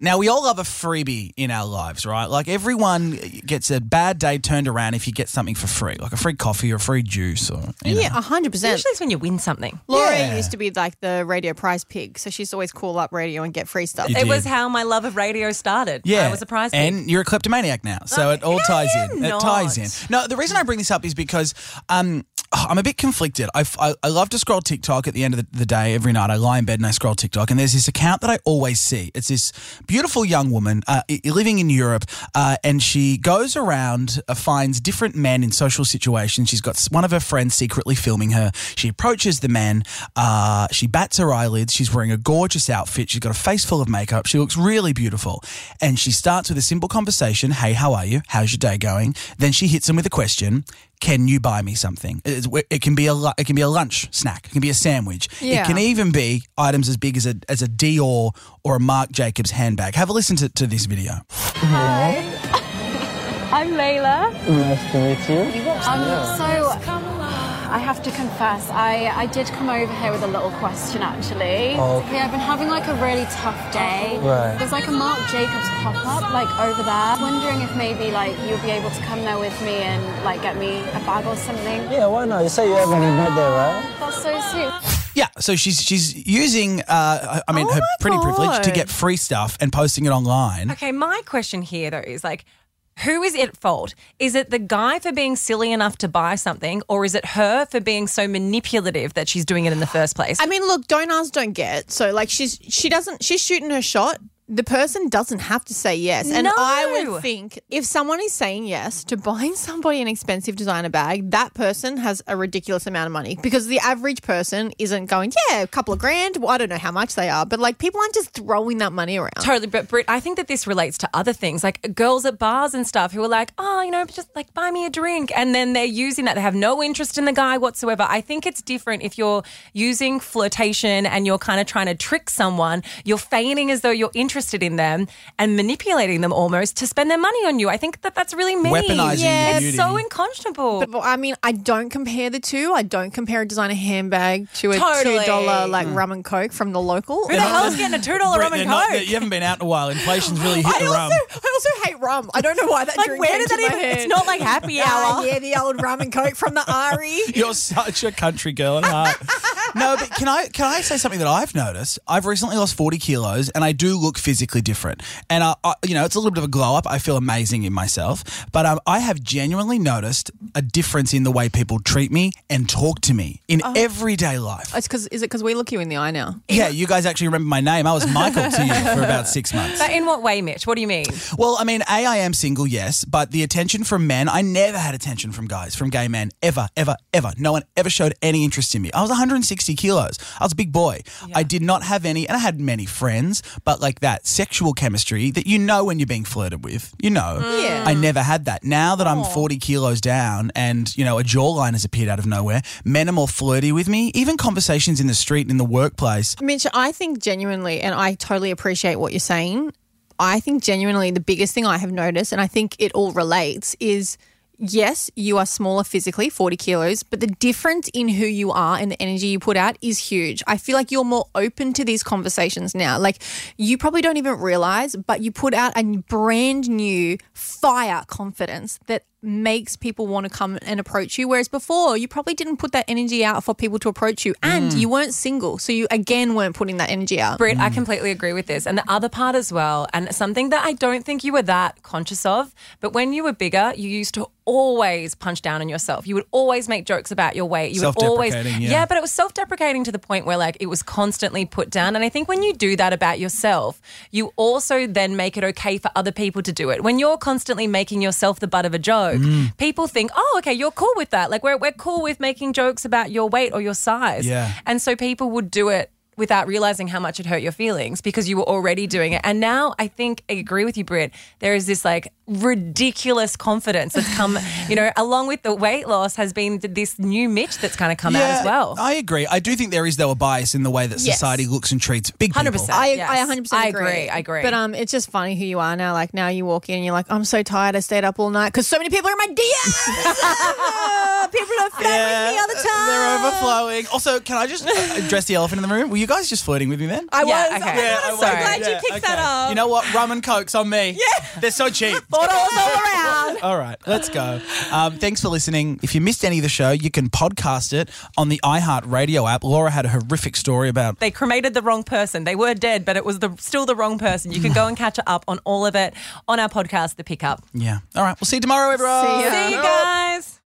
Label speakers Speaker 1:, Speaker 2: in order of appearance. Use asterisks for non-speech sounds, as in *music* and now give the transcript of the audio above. Speaker 1: Now, we all have a freebie in our lives, right? Like, everyone gets a bad day turned around if you get something for free, like a free coffee or a free juice or, you
Speaker 2: Yeah,
Speaker 1: know.
Speaker 2: hundred percent.
Speaker 3: Especially it's when you win something.
Speaker 2: Laura
Speaker 1: Yeah.
Speaker 2: used to be like the radio prize pig, so she used to always call up radio and get free stuff.
Speaker 1: You
Speaker 3: It
Speaker 1: did.
Speaker 3: was how my love of radio started.
Speaker 1: Yeah.
Speaker 3: I was surprised.
Speaker 1: And you're a kleptomaniac now. So
Speaker 3: Oh,
Speaker 1: it all
Speaker 3: no,
Speaker 1: ties
Speaker 3: I
Speaker 1: in.
Speaker 3: am
Speaker 1: It ties in.
Speaker 3: not.
Speaker 1: No, the reason I bring this up is because um, I'm a bit conflicted. I, I, I love to scroll TikTok at the end of the, the day every night. I lie in bed and I scroll TikTok, and there's this account that I always see. It's this beautiful young woman uh, i- living in Europe, uh, and she goes around, uh, finds different men in social situations. She's got s- one of her friends secretly filming her. She approaches the man. Uh, she bats her eyelids. She's wearing a gorgeous outfit. She's got a face full of makeup. She looks really beautiful. And she starts with a simple conversation Hey, how are you? How's your day going? Then she hits him with a question can you buy me something? It's- It can be a lu- it can be a lunch snack. It can be a sandwich. It
Speaker 2: Yeah.
Speaker 1: can even be items as big as a as a Dior or a Marc Jacobs handbag. Have a listen to, to this video.
Speaker 4: I'm Layla.
Speaker 5: Nice to meet you.
Speaker 4: Um, so I have to confess, I, I did come over here with a little question actually.
Speaker 5: Okay.
Speaker 4: Yeah, I've been having like a really tough day.
Speaker 5: Oh. Right.
Speaker 4: There's like a Marc Jacobs pop up like over there. Wondering if maybe like you'll be able to come there with me and like get me a bag or something.
Speaker 5: Yeah, why not? You say you haven't even met there, right?
Speaker 4: That's so sweet.
Speaker 1: Yeah, so she's she's using uh, I- I mean her pretty privilege to
Speaker 2: Oh God.
Speaker 1: get free stuff and posting it online.
Speaker 3: Okay, my question here though is like, who is at fault? Is it the guy for being silly enough to buy something, or is it her for being so manipulative that she's doing it in the first place?
Speaker 2: I mean, look, don't ask, don't get. So like she's she doesn't she's shooting her shot. The person doesn't have to say yes. And I
Speaker 3: No.
Speaker 2: would think if someone is saying yes to buying somebody an expensive designer bag, that person has a ridiculous amount of money because the average person isn't going, yeah, a couple of grand. Well, I don't know how much they are, but like people aren't just throwing that money around.
Speaker 3: Totally, but Brit, I think that this relates to other things, like girls at bars and stuff who are like, oh, you know, just like buy me a drink. And then they're using that. They have no interest in the guy whatsoever. I think it's different if you're using flirtation and you're kind of trying to trick someone, you're feigning as though you're interested in them and manipulating them almost to spend their money on you. I think that that's really mean.
Speaker 1: Weaponizing
Speaker 2: Yeah.
Speaker 1: beauty.
Speaker 3: It's so unconscionable.
Speaker 2: But, I mean, I don't compare the two. I don't compare a designer handbag to a
Speaker 3: Totally.
Speaker 2: two dollar like
Speaker 1: Hmm.
Speaker 2: rum and coke from the local.
Speaker 3: who
Speaker 2: *laughs*
Speaker 3: the hell's getting a $2 rum
Speaker 1: They're
Speaker 3: and
Speaker 1: not-
Speaker 3: coke?
Speaker 1: you haven't been out in a while. Inflation's really hit
Speaker 2: I
Speaker 1: the rum.
Speaker 2: also, I also hate rum. I don't know why that.
Speaker 3: Like,
Speaker 2: drink
Speaker 3: where
Speaker 2: came
Speaker 3: did
Speaker 2: to
Speaker 3: that
Speaker 2: my
Speaker 3: even?
Speaker 2: head.
Speaker 3: It's not like
Speaker 2: *laughs*
Speaker 3: happy
Speaker 2: Ah,
Speaker 3: hour.
Speaker 2: yeah, the old rum and coke from the Ari.
Speaker 1: You're such a country girl at heart. no, but can I can I say something that I've noticed? I've recently lost forty kilos, and I do look physically different. And I, I you know, it's a little bit of a glow up. I feel amazing in myself, but um, I have genuinely noticed a difference in the way people treat me and talk to me in everyday life.
Speaker 2: It's because is it because we look you in the eye now?
Speaker 1: yeah, you guys actually remember my name. I was Michael to you for about six months.
Speaker 3: But in what way, Mitch? What do you mean?
Speaker 1: Well, I mean, A, I am single, yes, but the attention from men, I never had attention from guys, from gay men, ever, ever, ever. No one ever showed any interest in me. I was 160 kilos. I was a big boy. I did not have any, and I had many friends, but like that sexual chemistry that you know when you're being flirted with, you know.
Speaker 2: Yeah.
Speaker 1: I never had that. Now that I'm 40 kilos down and, you know, a jawline has appeared out of nowhere, men are more flirty with me. Even conversations in the street and in the workplace,
Speaker 2: Mitch, I think genuinely, and I totally appreciate what you're saying. I think genuinely the biggest thing I have noticed, and I think it all relates, is yes, you are smaller physically, 40 kilos, but the difference in who you are and the energy you put out is huge. I feel like you're more open to these conversations now. Like you probably don't even realize, but you put out a brand new fire confidence that makes people want to come and approach you. Whereas before, you probably didn't put that energy out for people to approach you, and
Speaker 3: Mm.
Speaker 2: you weren't single, so you again weren't putting that energy out.
Speaker 1: Mm.
Speaker 3: Brit, I completely agree with this. And the other part as well, and something that I don't think you were that conscious of, but when you were bigger, you used to always punch down on yourself. You would always make jokes about your weight. You would always
Speaker 1: Self-deprecating, yeah.
Speaker 3: but it was self-deprecating to the point where like it was constantly put down. And I think when you do that about yourself, you also then make it okay for other people to do it. When you're constantly making yourself the butt of a joke, people think, "Oh, okay, you're cool with that." Like we're we're cool with making jokes about your weight or your size.
Speaker 1: Yeah.
Speaker 3: And so people would do it without realizing how much it hurt your feelings because you were already doing it. And now I think I agree with you, Britt. There is this like ridiculous confidence that's come, you know, along with the weight loss has been th- this new Mitch that's kind of come out as well.
Speaker 1: I agree. I do think there is though a bias in the way that
Speaker 2: Yes.
Speaker 1: society looks and treats big people.
Speaker 3: 100%.
Speaker 2: I,
Speaker 3: Yes.
Speaker 2: I 100%
Speaker 3: I
Speaker 2: agree.
Speaker 3: agree, I agree.
Speaker 2: But um, it's just funny who you are now. Like now you walk in and you're like, I'm so tired. I stayed up all night because so many people are in my
Speaker 3: *laughs*
Speaker 2: DMs. *laughs* people are flirting with me all the time.
Speaker 1: uh,
Speaker 3: *laughs*
Speaker 1: They're overflowing. Also, can I just address the elephant in the room? Were you you guys just flirting with me then?
Speaker 3: I
Speaker 2: Yeah,
Speaker 3: was.
Speaker 2: okay. Yeah,
Speaker 3: I'm
Speaker 2: I was.
Speaker 3: so glad you
Speaker 1: Yeah,
Speaker 3: picked
Speaker 1: okay.
Speaker 3: that up.
Speaker 1: You know what? Rum and Coke's on
Speaker 3: *laughs*
Speaker 1: me. Yeah. They're so cheap.
Speaker 3: bottles all *laughs* around.
Speaker 1: All right, let's go. Um, thanks for listening. If you missed any of the show, you can podcast it on the iHeartRadio app. Laura had a horrific story about
Speaker 3: They cremated the wrong person. They were dead, but it was the still the wrong person. You can go and catch up on all of it on our podcast, The Pickup.
Speaker 1: Yeah. All right. We'll see you tomorrow, everyone.
Speaker 2: See ya.
Speaker 3: See you guys.